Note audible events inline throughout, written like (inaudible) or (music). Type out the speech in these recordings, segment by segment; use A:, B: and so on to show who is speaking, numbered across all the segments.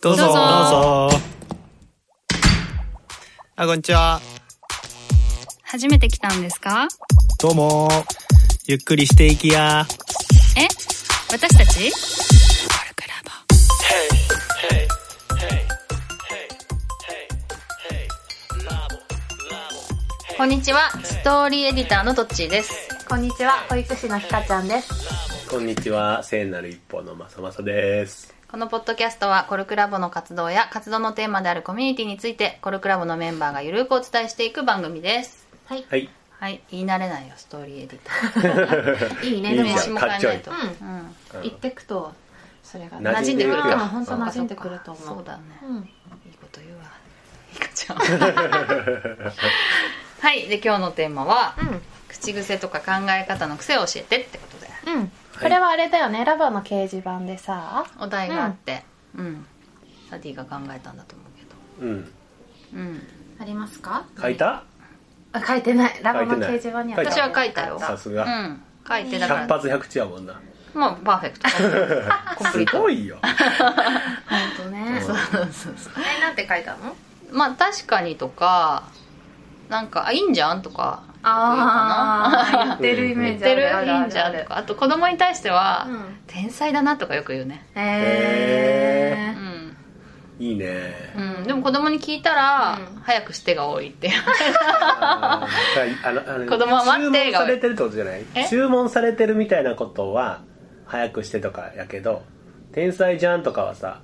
A: どうぞ
B: どうぞ
A: あ、こんにちは。
B: 初めて来たんですか
A: どうも。ゆっくりしていきや。
B: え私たちコルクラボ。
C: こんにちは、ストーリーエディターのトッチーです。
D: こんにちは、保育士のひかちゃんです。
E: こんにちは、聖なる一歩のまさまさです。
C: このポッドキャストはコルクラボの活動や活動のテーマであるコミュニティについてコルクラボのメンバーがゆるくお伝えしていく番組です。
D: はい。
E: はい。
C: はい、言い慣れないよ、ストーリーエディタ
D: いいね、
E: い
D: で
E: いじ
D: も
E: ゃ
C: 名刺も変
E: ん、
C: えないと。
D: かっち
C: うん
E: うん
D: 言ってくと、
C: それが馴染
E: 馴
C: ん
E: 染ん
C: で
E: で
C: く
E: く
C: る
E: る
C: か
E: か
D: うん本当馴染んでくると思う
C: そうだね。
D: うん。
C: いいこと言うわ。いいかちゃん。 (laughs) はい、で今日のテーマは、口癖とか考え方の癖を教えてってことで、
D: うん。うん。これはあれだよね、ラボの掲示板でさ、
C: お題があって、うん、サディが考えたんだと思うけど。
E: うん。
C: うん、
D: ありますか
E: 書いた
D: あ書いてない。ラボの
E: 書いて
D: 掲
E: ない
D: 示板には
E: 書いて
C: 私
E: ない
C: は書いたよ。
E: さす
C: う
E: が。
C: ん、書いてだか
E: 百
C: ら、
E: 発百中やもんな。
C: もうパーフェクト。 (laughs) コンプ
E: す
C: リート。
E: ごいよ。
D: 本当ね。
E: うん
C: そうそうそ
D: え、なんて書いたの
C: うまあ確かにとか、なんかあいいんじゃんとか。
D: ああ、言っ
E: 言ってるイメ
C: 言ってるいいんじゃんとか、あと子供に対しては、
D: うん
C: 天才だなとかよく言うね。う
D: えー。
C: ん。
E: いい
C: (laughs)
E: ね。
C: うん、でも子供に聞いたら、
D: うん
C: 早くしてが多いっていう (laughs)
E: あーあのあの
C: 子供は待って
E: 注文されてるってことじゃない
C: え
E: 注文されてるみたいなことは、早くしてとかやけど、天才じゃんとかはさ、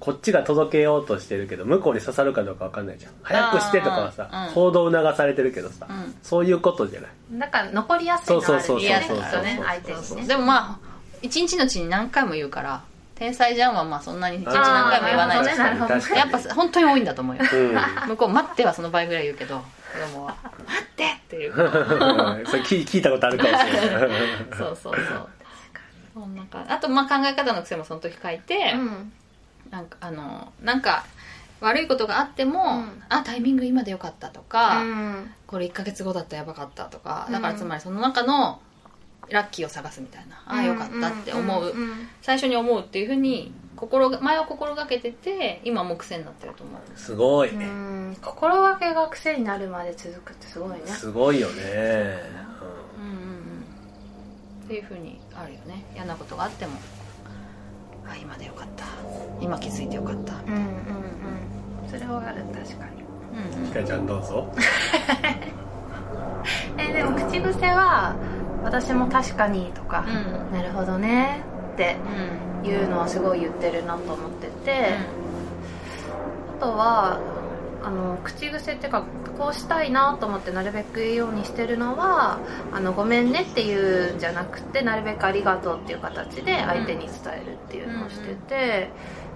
E: こっちが届けようとしてるけど、向こうに刺さるかどうかわかんないじゃん。早くしてとかは
C: あー
E: さ
C: う、ん
E: 行動促されてるけどさ
C: ん、
E: そういうことじゃない。
D: なんか残りやすいのはあるよ
E: そう
D: ね、き
C: そうそう
D: っとね
E: そう、
D: 相手
C: そう
D: にね。
C: でもまあ一日のうちに何回も言うから天才じゃんはまあそんなに一日何回も言わない
D: あー
C: です
D: なるほどねなるほどね
E: 確かに
C: やっぱ本当に多いんだと思うよ
E: うん。
C: 向こう「待って」はその倍ぐらい言うけど子供は「待って」って
D: (laughs)
C: いうそう
E: それ聞い聞いたことあるかもしれない。
C: そうそうそんな感じあとまあ考え方の癖もその時書いて、
D: うん。
C: なんかあのなんか悪いことがあっても、
D: うん
C: あタイミング今でよかったとか、
D: うん
C: これ1ヶ月後だったらやばかったとか
D: うん
C: だからつまりその中のラッキーを探すみたいな、ああよかったって思う,、
D: んん
C: 最初に思うっていうふうに心が前は心がけてて今はもう癖になってると思う
E: すごい。
D: うん心がけが癖になるまで続くってすごいね
E: すごいよね。
C: うんうんうんっていうふうにあるよね嫌なことがあってもあ今でよかった今気づいてよかった
D: うんうんうんそれはある確かに
C: うん
E: うんひかちゃんどうぞ。
D: えでも口癖は私も確かにとか、
C: うん
D: なるほどねって
C: うんうん
D: いうのはすごい言ってるなと思ってて、あとはあの口癖っていうかこうしたいなと思ってなるべく言うようにしてるのはあのごめんねっていうんじゃなくてなるべくありがとうっていう形で相手に伝えるっていうのをしてて、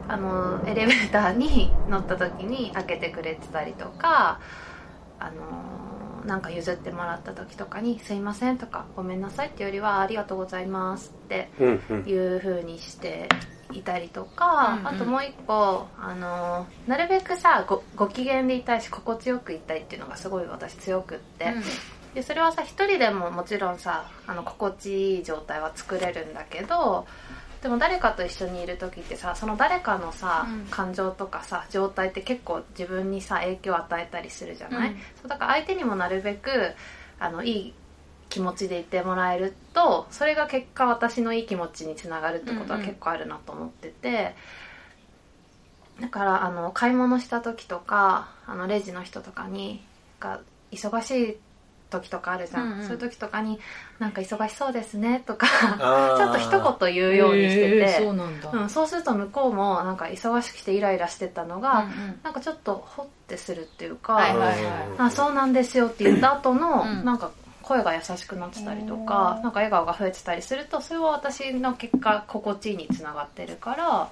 D: あのエレベーターに乗った時に開けてくれてたりとか。あのなんか譲ってもらった時とかに「すいません」とか「ごめんなさい」っていうよりは「ありがとうございます」って
E: うんうん。
D: いう風にしていたりとか、
C: うんうん
D: あともう一個あのなるべくさごご機嫌でいたいし心地よくいたいっていうのがすごい私強くって、でそれはさ一人でももちろんさあの心地いい状態は作れるんだけどでも誰かと一緒にいる時ってさその誰かのさ、
C: うん
D: 感情とかさ状態って結構自分にさ影響を与えたりするじゃない、
C: うん
D: そうだから相手にもなるべくあのいい気持ちでいてもらえるとそれが結果私のいい気持ちにつながるってことは結構あるなと思ってて。だからあの買い物した時とかあのレジの人とかにが忙しい時とかあるじゃん、
C: うんうん
D: そういう時とかに「なんか忙しそうですね」とか
E: あー
D: ちょっと一言言うようにしてて、
C: へーそうなんだ、
D: うんそうすると向こうもなんか忙しくてイライラしてたのが、
C: うんうん
D: なんかちょっとホッてするっていうか「
C: はいはいはい
D: あそうなんですよ」って言った後の、
C: うん
D: なんか声が優しくなってたりとかなんか笑顔が増えてたりするとそれは私の結果心地いいにつながってるから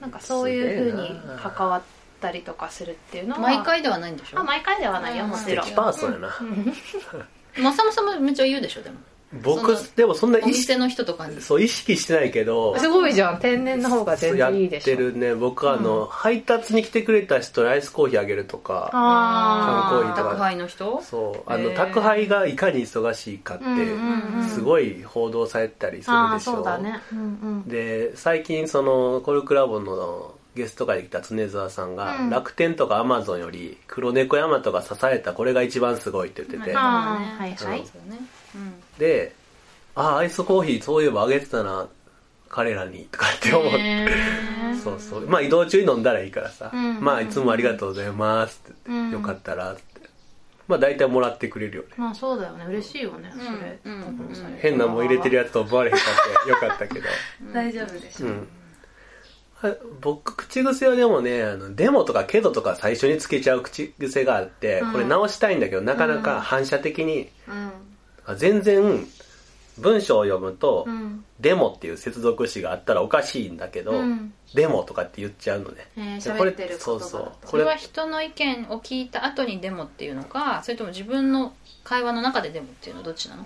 D: なんかそういうふうに関わったりとかするっていうのは
C: 毎回ではないんでしょ
D: あ毎回ではないよ
C: うん
D: もちろん
E: 敵パーソンやな。
C: まさもさもめっちゃ言うでしょでも
E: 僕
C: その
E: でもそんな
C: お
E: 意識
C: 店の人とかに
E: そう意識してないけど。
D: すごいじゃん天然の方が全
E: や
D: 然いいで
E: っ
D: しょ
E: てるね。僕あの配達に来てくれた人にアイスコーヒーあげるとか。
D: あ
E: 観光医とか
C: 宅配の人
E: そうあ
C: へ
E: の
C: ー
E: 宅配がいかに忙しいかって
D: うんうんうん
E: すごい報道されたりする
D: あー
E: でしょ。
D: そうだねうんうん
E: で最近そのコルクラボのゲスト会で来た常沢さんが、楽天とかアマゾンより黒猫ヤマトが支えたこれが一番すごいって言ってて、
D: あ
C: ね
D: ーはい
C: そう
D: はい
C: ですよね。うん。
E: で「ああアイスコーヒーそういえばあげてたな彼らに」とかって思って、そうそうまあ移動中に飲んだらいいからさ「
D: うん
E: まあいつもありがとうございます」って言って、
D: うん
E: よかったら」ってまあ大体もらってくれるよね
D: まあそうだよね嬉しいよねそれ、
C: うんうん
D: 多分それ
E: 変なもん入れてるやつと思われへんかってよかったけど
D: 大丈夫でし
E: う
D: ょ、
E: んあ僕口癖はでもねあの「でも」とか「けど」とか最初につけちゃう口癖があって、
D: うん
E: これ直したいんだけどなかなか反射的に、
D: うん
E: あ全然文章を読むと「
D: うん
E: でも」っていう接続詞があったらおかしいんだけど「
D: うん
E: でも」とかって言っちゃうのね
D: えー、
E: で
D: 喋
E: これ
D: ってる言葉だと
E: そうそう
C: これは人の意見を聞いた後にデモっていうのか、それとも自分の会話の中でデモっていうのはどっちなの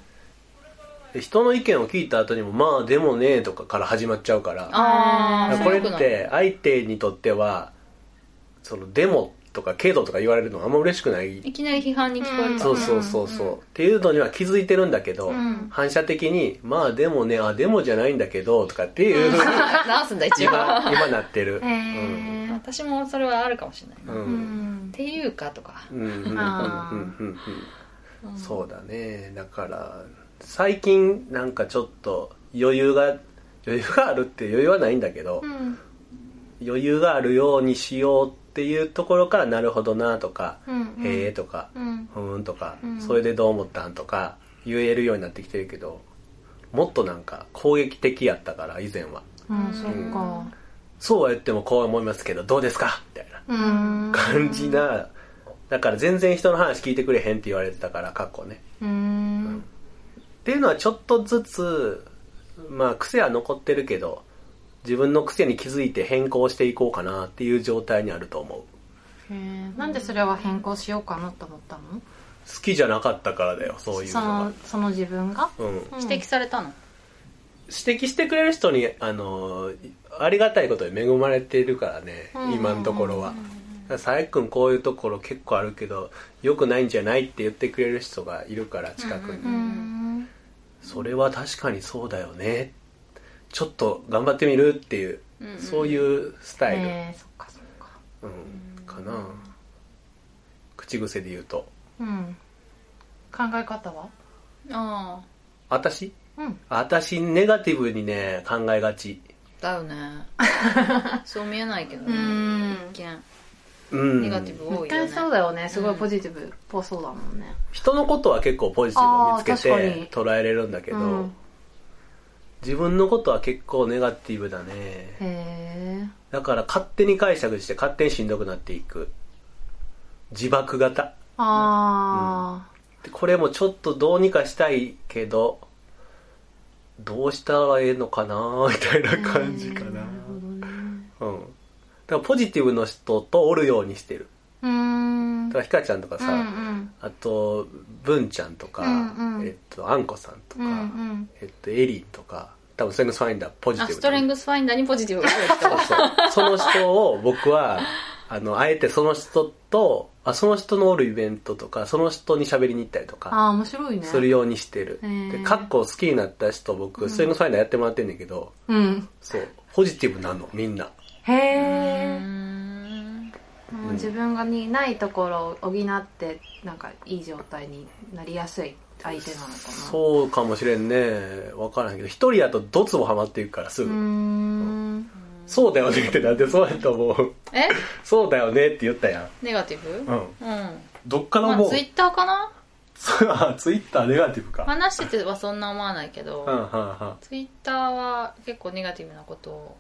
E: 人の意見を聞いた後にも「まあでもね」とかから始まっちゃうから
C: あ
E: だ
C: ー
E: からこれ
C: そういうと
E: っ
C: ない
E: て相手にとっては「そのでも」とか「けど」とか言われるのあんま嬉しくない
C: いきなり批判に聞こえるから
E: そうそうそうそう、っていうのには気づいてるんだけど、
D: ん
E: 反射的に「まあでもねあでもじゃないんだけど」とかっていう、
C: 直すんだ一応
E: (laughs) 今今なってる、
D: えー
C: 私もそれはあるかもしれないな、
E: うんう
D: うんん
C: っていうかとか
E: うんうんうんうん
D: あー
E: うんうんそうだねだから最近なんかちょっと余裕が余裕があるって余裕はないんだけど、
D: うん
E: 余裕があるようにしようっていうところからなるほどなとか、
D: うんうん
E: へえとか、
D: うん
E: ふーんとか、
D: うん
E: それでどう思ったんとか言えるようになってきてるけどもっとなんか攻撃的やったから以前は
D: うんそっか
E: そうは言ってもこう思いますけどどうですかみたいな
D: うん
E: 感じなだから全然人の話聞いてくれへんって言われてたから過去ね
D: うん
E: っていうのはちょっとずつまあ癖は残ってるけど自分の癖に気づいて変更していこうかなっていう状態にあると思う
D: へーなんでそれは変更しようかなと思ったの
E: 好きじゃなかったからだよそういうの
D: そ
E: が
D: のその自分が、
E: うん
C: 指摘されたの、
E: 指摘してくれる人にあのありがたいことに恵まれているからね、
D: うん
E: 今のところは佐伯君こういうところ結構あるけど良くないんじゃないって言ってくれる人がいるから近くに、
C: うん
D: うん
E: それは確かにそうだよねちょっと頑張ってみるっていう、
C: うんうん
E: そういうスタイル、
D: えー、そっかそっか
E: うん、かな口癖で言うと
D: うん考え方は
C: ああ
E: 「私
D: うん
E: 私ネガティブにね考えがち
C: だよねそう見えないけどね、
D: うん
C: 一見
E: うん
C: ネガティブ多
D: 絶
C: いよ
D: 対
C: ね、
D: そうだよねすごいポジティブっぽそうだもんね
E: 人のことは結構ポジティブを見つけ
D: あー確かに
E: て捉えれるんだけど、
D: うん
E: 自分のことは結構ネガティブだね
D: へ
E: だから勝手に解釈して勝手にしんどくなっていく自爆型
D: ーあ
E: でこれもちょっとどうにかしたいけどどうしたらええのかなみたいな感じかなうんだからポジティブの人とおるようにしてる
D: ーうん
E: だからひかちゃんとかさ、
D: うんうん
E: あと文ちゃんとか、
D: うんうん
E: えっとあんこさんと
D: う
E: か、
D: んうん
E: えっと、エリンとか、多分ストレングスファインダーポジテ
C: あ
E: ィブ
C: ストレングスファインダーにポジティブが来る
E: (laughs)
C: 人
E: そうそうその人を
C: (laughs)
E: 僕は、あの、あえてその人と、あその人のおるイベントとか、その人に喋りに行ったりとか、
D: ああ面白いね
E: するようにしてる。
D: へー
E: で、カッコ好きになった人、僕、ストレングスファインダーやってもらってんだけど、
D: うん
E: そう、ポジティブなの、みんな。
D: へえ
C: うん
D: もう自分がにないところを補ってなんかいい状態になりやすい相手なのかなう
E: そうかもしれんね。わからんけど、一人だとドツもハマっていくから、す
D: う
E: ぐ。
D: ーん
E: そうだよねって、なんでそうやと思う。
C: え
E: そうだよねって言ったやん。
C: ネガティブ
E: うん。
C: うん
E: どっから
C: まあ
E: もう、
C: ツイッターかな
E: あ (laughs) ツイッターネガティブか。
C: 話しててはそんな思わないけど、
E: うんうんうん。
C: ツイッターは結構ネガティブなことを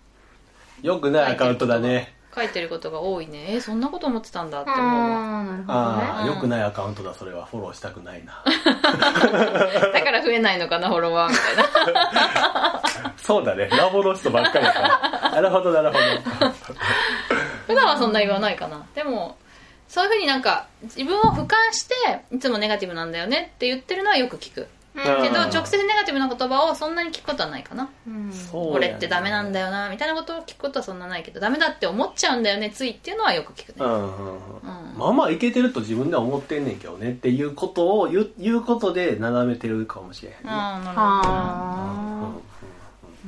E: よくないアカウントだね。
C: 書いてることが多いねえそんなこと思ってたんだって思うわ
D: ああなるほどね
E: ああ、よくないアカウントだ、それは。フォローしたくない
C: (laughs)
E: な。(laughs)
C: だから増えないのかなフォロワーみたいな (laughs)
E: そうだね。ラボの人ばっかりだから。 (laughs) なるほど、なるほ
C: 普段はそんな言わないかなでもそういうふうになんか自分を俯瞰していつもネガティブなんだよねって言ってるのはよく聞く
E: ど。
C: けど直接ネガティブな言葉をそんなに聞くことはないかな
D: うん
C: 俺ってダメなん
E: よ。
C: だよなみたいなことを聞くことはそんなないけどダメだって思っちゃうんだよねついっていうのはよく聞く
E: う
C: ね
E: んうんうん
C: うん
E: まあまあいけてると自分では思ってんねんけどねっていうことを言う言うことで眺めてるかもしれへんね、
C: ああなるほどね
D: あ
E: うんうん
D: あなるほど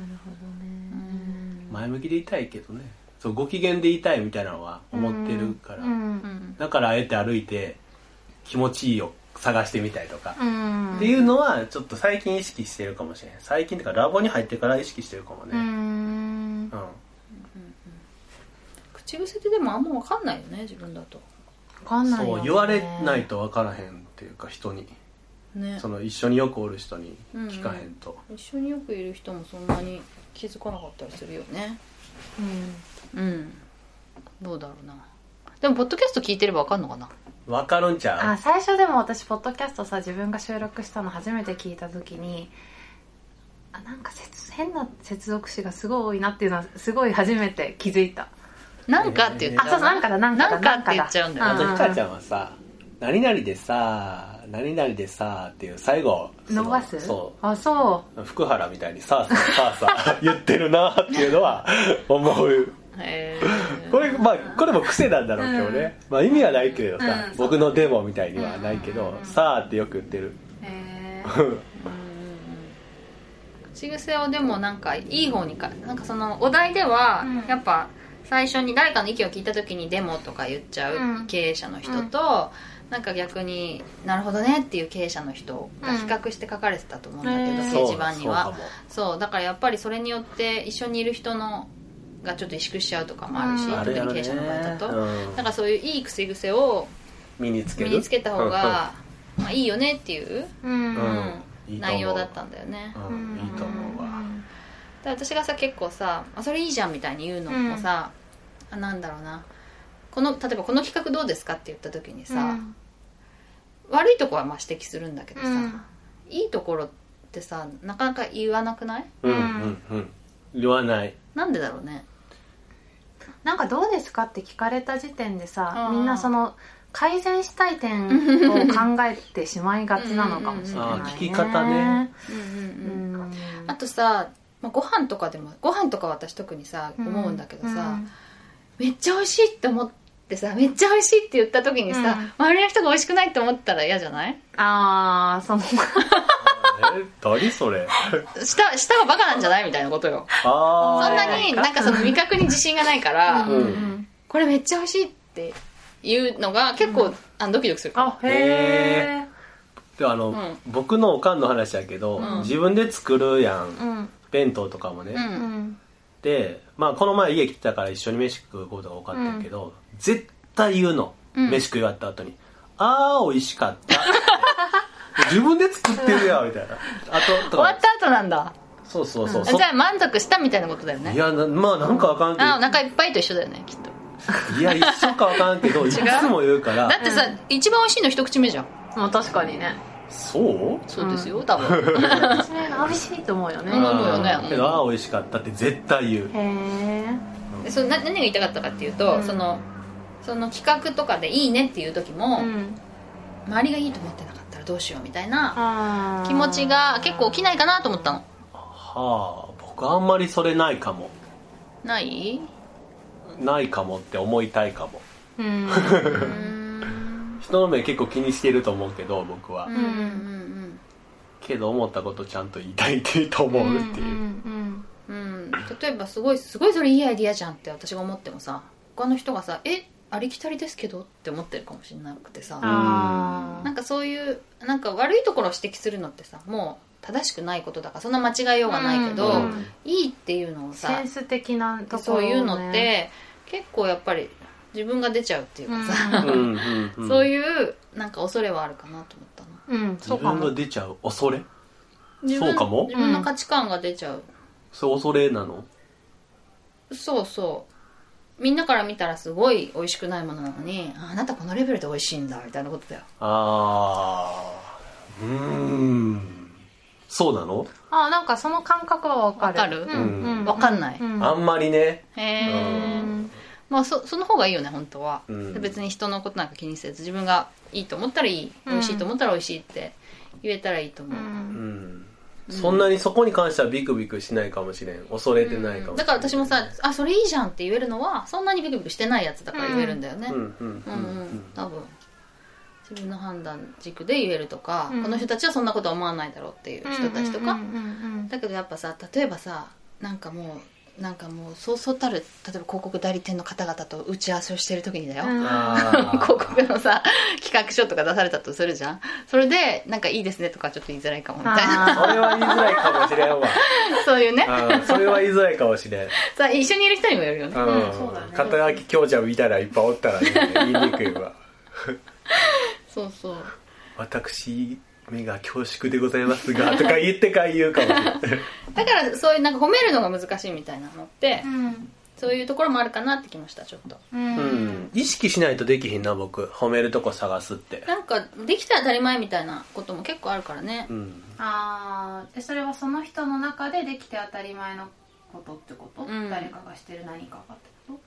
C: う
D: ね
C: ん
E: 前向きでいたいけどね、そうご機嫌でいたいみたいなのは思ってるから、
D: うん
E: だからあえて歩いて気持ちいいを探してみたりとか、
D: うん
E: っていうのはちょっと最近意識してるかもしれない最近っていうかラボに入ってから意識してるかも
D: う
E: ね
D: ん
E: うん、
C: 口癖ってでもあんま分かんないよね自分だと
D: 分かんないよ、
E: そう
D: ね、
E: 言われないと分からへんっていうか人に
C: ね
E: その一緒によくおる人に聞かへんと、
C: 一緒によくいる人もそんなに気づかなかったりするよね
D: うん
C: うんどうだろうなでもポッドキャスト聞いてれば分かんのかな
E: 分かるんちゃ
D: あ
E: う
D: 最初でも私ポッドキャストさ自分が収録したの初めて聞いた時にあなんか接変な接続詞がすごい多いなっていうのはすごい初めて気づいた
C: なんかって言っ
E: え
D: あ
C: た
E: ー
D: そうそうなんかだなんか
C: な
D: だ
C: んかって言っちゃうんだよ
E: あと
D: う
E: ひかちゃんはさ「何々でさ何々でさ」っていう最後その
D: 伸ばす
E: そう
D: あそ
E: 福原みたいにさあさあさあさあ言ってるなあっていうのは思う
C: へ
E: (laughs) これまあこれも癖なんだろうけどね、まあ意味はないけどさ、
D: うん
E: 僕のデモみたいにはないけど、
D: うん
E: さあってよく言ってる
D: うへえ
C: 口癖はでもなんかいい方にかなんかそのお題では
D: うん
C: やっぱ最初に誰かの意見を聞いた時に「デモ」とか言っちゃ
D: うん
C: う経営者の人と、なんか逆に「なるほどね」っていう経営者の人が比較して書かれてたと思うんだけど、
D: うん
C: 掲示板に
E: そ
C: は
E: うかも
C: そうだからやっぱりそれによって一緒にいる人のがちょっと萎縮しちゃうとかもあるし、
D: うん
E: あ
C: 特
E: るや
C: に
E: ろ
C: 経営者の場合だと、
E: ね
C: だからそういういい癖癖を
E: うん、身につけ
C: 身
E: る
C: につけた方が、まあ、いいよねっていう
D: うん
E: うん、うんいいと思う
C: 内容だったんだよね
E: うん、いいと思うわ
C: だから私がさ結構さ「あそれいいじゃん」みたいに言うのもさ、あなんだろうなこの例えば「この企画どうですか?」って言った時にさ、
D: うん
C: 悪いとこはまあ指摘するんだけどさ、
D: うん
C: いいところってさなかなか言わなくない
E: うん
D: ん
E: うんうん言
C: (laughs)
E: わない
C: なんでだろうね
D: なんかどうですかって聞かれた時点でさ
C: うん
D: みんなその改善したい点を
C: (laughs)
D: 考えてしまいがちなのかもしれない、
E: うんうんうん
D: ね、
E: あー聞き方ね
C: うん
D: う
C: うんうん
D: ん
C: あとさ、まあ、ご飯とかでもご飯とか私特にさ思うんだけどさ、めっちゃ美味しいって思ってさめっちゃ美味しいって言った時にさ、周りの人が美味しくないって思ったら嫌じゃない
D: ああその
E: え何それ
C: 舌舌はバカなんじゃないみたいなことよ
E: あ
C: そ
E: あ
C: んなになんかその味覚に自信がないから、
E: うん
C: これめっちゃ美味しいって言うのが結構、あのドキドキする
D: あ
C: か
D: へえ
E: であの、
C: う
E: 僕のおかんの話やけど、
C: うん
E: 自分で作るや
D: う
E: ん
D: ん
E: 弁当とかもね、
C: ら、う
D: うんん
E: で、まあ、この前家来たから一緒に飯食うことが多かったけど、絶対言うの、
C: うん
E: 飯食い終わった後に「あー美味しかった」
C: (laughs)
E: って自分で作ってるやんみたいなあとと
C: 終わ
E: か
C: った後なんだ
E: そうそうそう、
C: じ
E: そ
C: ゃあ満足したみたいなことだよ
E: い
C: ね
E: やなまあなんかわかんけ
C: あお
E: ど
C: 腹いっぱいと一緒だよねきっと
E: いや一緒かわかんけ
C: (laughs)
E: どいつも言うか
C: だ
E: ら
C: ってさ、一番美味しいの一口目じゃん
D: まあ確かにね
E: そう
C: そうですよ多分
E: (laughs)
D: 私ね美味しいと思うよね
C: うん思うよね
E: あーけどあー美味しかったって絶対言う
D: へえ
C: でそのな何が言いたかったかっていうと、
D: うん
C: そのその企画とかでいいねっていう時も、
D: うん
C: 周りがいいと思ってなかったらどうしようみたいな
D: あー
C: 気持ちが結構起きないかなと思ったの
E: はあ僕あんまりそれないかも
C: ない
E: ないかもって思いたいかも
D: うん
C: うーん
E: 人の目結構気にしてると思うけど僕は、
C: うんうんうん
E: けど思ったことちゃんと言いたいってと思うっていう、
D: うん
C: うんうん例えばすごいすごいそれいいアイディアじゃんって私が思ってもさ他の人がさ「えありきたりですけど?」って思ってるかもしれなくてさ
D: うんあ
C: なんかそういうなんか悪いところを指摘するのってさもう正しくないことだからそんな間違いようがないけど、
E: うん
C: いいっていうのを
D: ーセ
C: さ
D: ンス的なところ、ね、
C: そういうのって結構やっぱり自分が出ちゃうっていうかさ、
E: うんうんう
C: (laughs)
E: ん
C: そういうなんか恐れはあるかなと思ったな
D: うんそ
E: 自
D: うか
E: 分
D: も
E: が出ちゃう恐れ
C: 自
E: そう
C: 分
E: かも
C: 自分の価値観が出ちゃう、
E: それ恐れなの
C: そうそうみんなから見たらすごい美味しくないものなのにああなたこのレベルで美味しいんだみたいなことだよ
E: あーうーんそうなの、
D: あなんかその感覚はわかる
C: わかる
D: うんうん、
C: わかんない
D: うん
E: あんまりね
C: へ
E: う
C: え
D: うん
C: まあそその方がいいよね本当は、
E: うん
C: 別に人のことなんか気にせず自分がいいと思ったらいい
D: うん
C: 美味しいと思ったら美味しいって言えたらいいと思
D: う
C: う、
E: うんんそんなにそこに関してはビクビクしないかもしれん恐れてないかもしれ
C: だ
E: ん、
C: から私もさ「あそれいいじゃん」って言えるのはそんなにビクビクしてないやつだから言えるんだよね、
E: うんうんう
C: うん
E: ん
C: うん、多分自分の判断軸で言えるとか、
D: うん
C: この人たちはそんなことは思わないだろうっていう人たちとか、
D: うんうんうんうん
C: だけどやっぱさ例えばさなんかもうなんかもうそうそうたる例えば広告代理店の方々と打ち合わせをしてる時にだよ、
D: うん
C: (laughs) 広告のさ企画書とか出されたとするじゃんそれでなんかいいですねとかちょっと言いづらいかもみたいな
E: それは言いづらいかもしれんわ。
C: (laughs) そういうね
E: うんそれは言いづらいかもしれん。
C: さあ一緒にいる人にもよるよね
E: うん
D: うんそうだね
E: 肩書き強者みたいないっぱいおったらね、言いにくいわ。
C: そうそう
E: 私、目が恐縮でございます (laughs) が、とか言ってから言うかもしれない。
C: だからそういうなんか褒めるのが難しいみたいなのって、
D: うん
C: そういうところもあるかなってきましたちょっと
D: うん
E: うん。意識しないとできひんな、僕。褒めるとこ探すって。
C: なんかできたら当たり前みたいなことも結構あるからね
E: うん。
D: ああそれはその人の中でできて当たり前のことってこと、
C: うん
D: 誰かがしてる何かがってこ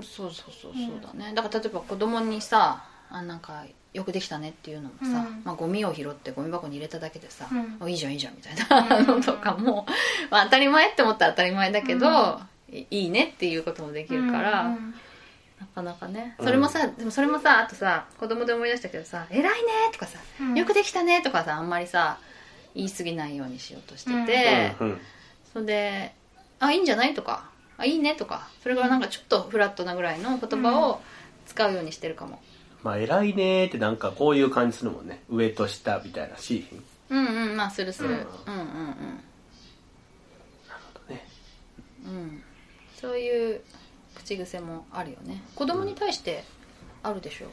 C: そうそうそうそうだね、だから例えば子供にさあなんかよくできたねっていうのもさ、
D: うん
C: まあ、ゴミを拾ってゴミ箱に入れただけでさ、
D: うん
C: あいいじゃんいいじゃんみたいな
D: うん
C: (laughs) のとかも、まあ、当たり前って思ったら当たり前だけど、いいいねっていうこともでき
D: と
C: るから、
D: うん
C: なかなかね
E: うん
C: それもさ、でもそれもさあとさ子供で思い出したけどさ「偉いね」とかさ「
D: うん
C: よくできたね」とかさあんまりさ言い過ぎないようにしようとしてて、
E: うんうん
C: それで「あいいんじゃない?」とか「あいいね」とかそれからなんかちょっとフラットなぐらいの言葉を使うようにしてるかも、
E: まあ、偉いねーってなんかこういう感じするもんね。上と下みたいなシーン。
C: うん、うんまあするする、
E: う
C: うんん、うんうん
E: ね
C: うんそういう口癖もあるよね子供に対してあるでしょ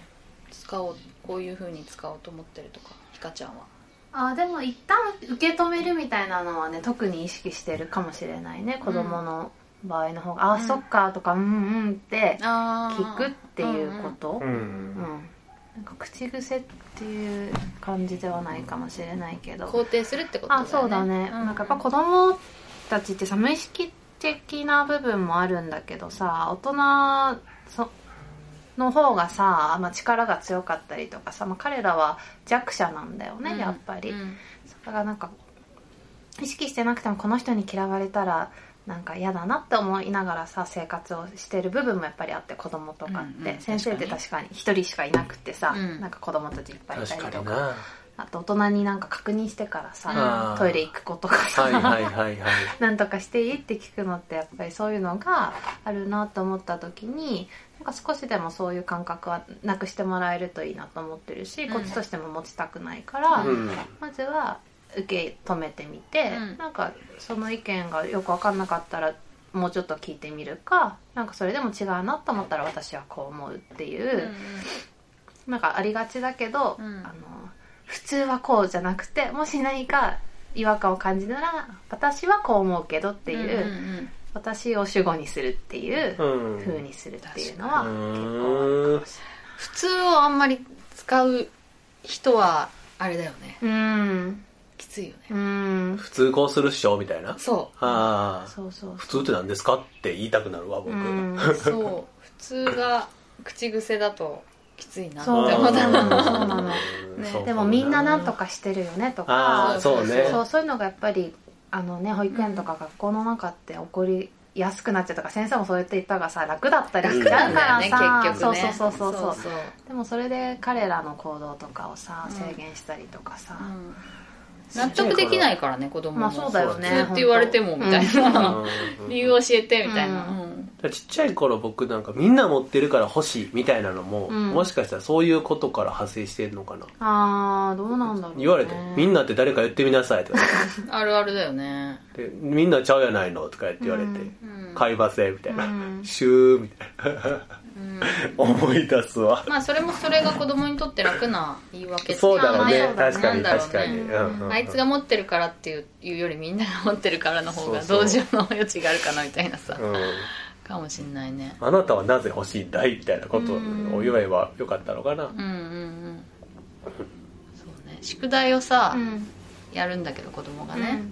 C: 使おうこういうふうに使おうと思ってるとかひかちゃんは
D: あーでも一旦受け止めるみたいなのはね特に意識してるかもしれないね子供の場合の方が「あー、
C: うん
D: そっか」とか「うんうん」って聞
C: 聞
D: くっていうこと
E: う
D: うん
E: ん。
D: なんか口癖っていう感じではないかもしれないけど
C: 肯定するってことだよ
D: あ
C: ね
D: そうだね、なんかやっぱ子供たちってさ無意識的な部分もあるんだけどさ大人その方がさ、まあ、力が強かったりとかさ、まあ、彼らは弱者なんだよね、
C: うん
D: やっぱり、
C: うん
D: それがなんか意識してなくてもこの人に嫌われたらなんか嫌だなって思いながらさ生活をしてる部分もやっぱりあって子供とかって、
C: うんうん
D: 先生って確かに一人しかいなくてさ、
C: うん
D: なんか子供たちいっぱいいた
E: 確
D: り
E: か
D: と
E: に
D: か
E: な。
D: あと大人になんか確認してからさ、
E: うん
D: トイレ行くことかさ、
E: はいはいはいはい。 (laughs)
D: なんとかしていいって聞くのってやっぱりそういうのがあるなと思った時になんか少しでもそういう感覚はなくしてもらえるといいなと思ってるし、
C: うん
D: こっちとしても持ちたくないから、
E: うん。
D: まずは受け止めてみて、
C: うん
D: なんかその意見がよく分かんなかったらもうちょっと聞いてみるかなんかそれでも違うなと思ったら私はこう思うっていう。なんかありがちだけど、
C: うん
D: あの普通はこうじゃなくてもし何か違和感を感じなら私はこう思うけどって
C: うんうん
D: いう、
C: うん
D: 私を主語にするっていう
E: うん。
D: 風にするっていうのは
E: う
D: 結
E: ん
D: 構あるかもし
C: 普通をあんまり使う人はあれだよね
D: れないうん
C: きついよね
D: うん
E: 普通こうするっしょみたいな。
C: そ
E: ああ。
D: そうそう
E: 普通って何ですかって言いたくなるわ、
D: う
E: 僕。
D: ん
C: うそう普通が口癖だときついなって
E: あ
D: そう
E: ー
C: 思った
D: そうなのそうなの
E: うん
C: ね
E: そうか
D: でもみんななんとかしてるよねと
E: あ
D: か
E: あ、そうね。
D: そうそういうのがやっぱりあのね保育園とか学校の中って起こりやすくなっちゃうとか先生もそう言って言ったがさ楽だったりしちゃうから
C: ね
D: さ、
C: 結局ね
D: そうそうそうそうそう
C: そう
D: でもそれで彼らの行動とかをさ
C: うん
D: 制限したりとかさ、
C: うん納得できないからね子供も
D: まあそうだよね
C: 普通って言われてもみたいな
E: う
C: (laughs)
E: ん
C: 理由を教えてみたいな
D: う
E: だからちっちゃい頃僕なんかみんな持ってるから欲しいみたいなのも、
D: うん
E: もしかしたらそういうことから派生してるのかな。
D: あーどうなんだろう、ね、
E: 言われて、みんなって誰か言ってみなさい
C: (laughs)
E: とか
C: うんあるあるだよね
E: 言ってでみんなちゃうやないのとか言って言われて、
C: うん
E: 買いませんみたいな、
D: うん
E: シューみたいな
C: うん
E: 思い出すわ。
C: まあそれもそれが子供にとって楽な言い訳っていか
E: そうだろうね
D: まあそうだ
C: な
D: ね
E: 確かに
C: んだろう
E: 確かに、
C: ね
E: うんうんうん
C: あいつが持ってるからっていういうよりみんなが持ってるからの方が
E: そうそう
C: 同情の余地があるかなみたいなさ
E: うん
C: かもしんないね
E: あなたはなぜ欲しいんだいみたいなことを言えばよかったのかな。
C: うんうんうんそうね宿題をさ、
D: うん
C: やるんだけど子供がね、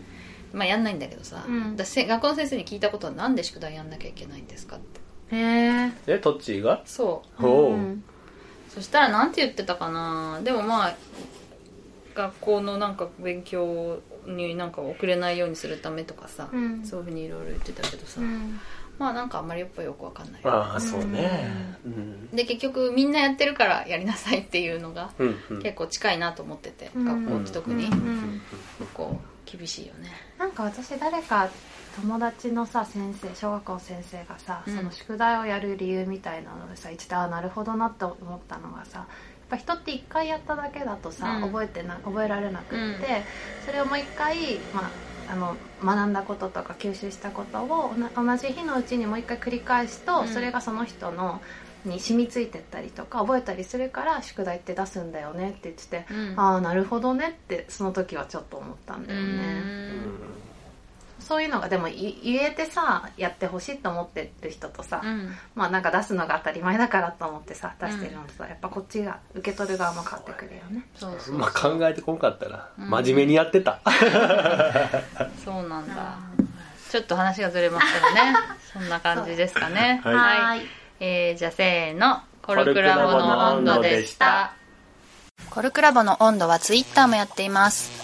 C: まあやんないんだけどさ、
D: うん
C: 私せ学校の先生に聞いたことはなんで宿題やんなきゃいけないんですかって
D: うんへえ
E: え、トッチーが
C: そう
E: ほう。
D: うん
C: そしたらなんて言ってたかなでもまあ学校のなんか勉強になんか遅れないようにするためとかさ、
D: うん
C: そういうふうにいろいろ言ってたけどさ、
D: うん
C: まあなんかあんまりやっぱよくわかんない
E: ああ、そうね。うん。
C: で結局みんなやってるからやりなさいっていうのが
E: うん、うん。
C: 結構近いなと思ってて、
D: うん
C: 学校って特に
D: うん
C: 結構厳しいよね
D: なんか私誰か友達のさ先生小学校の先生がさ、その宿題をやる理由みたいなのでさ一度あなるほどなって思ったのがさやっぱ人って一回やっただけだとさ、
C: うん
D: 覚えてな覚えられなくって、
C: うん
D: それをもう一回、まあ、あの学んだこととか吸収したことをおな同じ日のうちにもう一回繰り返すと、
C: うん
D: それがその人のに染みついてったりとか覚えたりするから宿題って出すんだよねって言ってて、
C: うん
D: ああなるほどねってその時はちょっと思ったんだよね。そういうのがでもい言えてさやってほしいと思ってる人とさ、
C: うん
D: まあなんか出すのが当たり前だからと思ってさ出してるのとさ、やっぱこっちが受け取る側も変わってくるよね
C: そうそう
E: まあ考えてこんかったな、
C: うん
E: 真面目にやってた
C: そうなんだちょっと話がずれますけどね (laughs) そんな感じですかね
E: そう
C: はい、
D: い
C: えーじゃあせーのコルクラボの温度でした
B: コルクラボの温度はツイッターもやっています。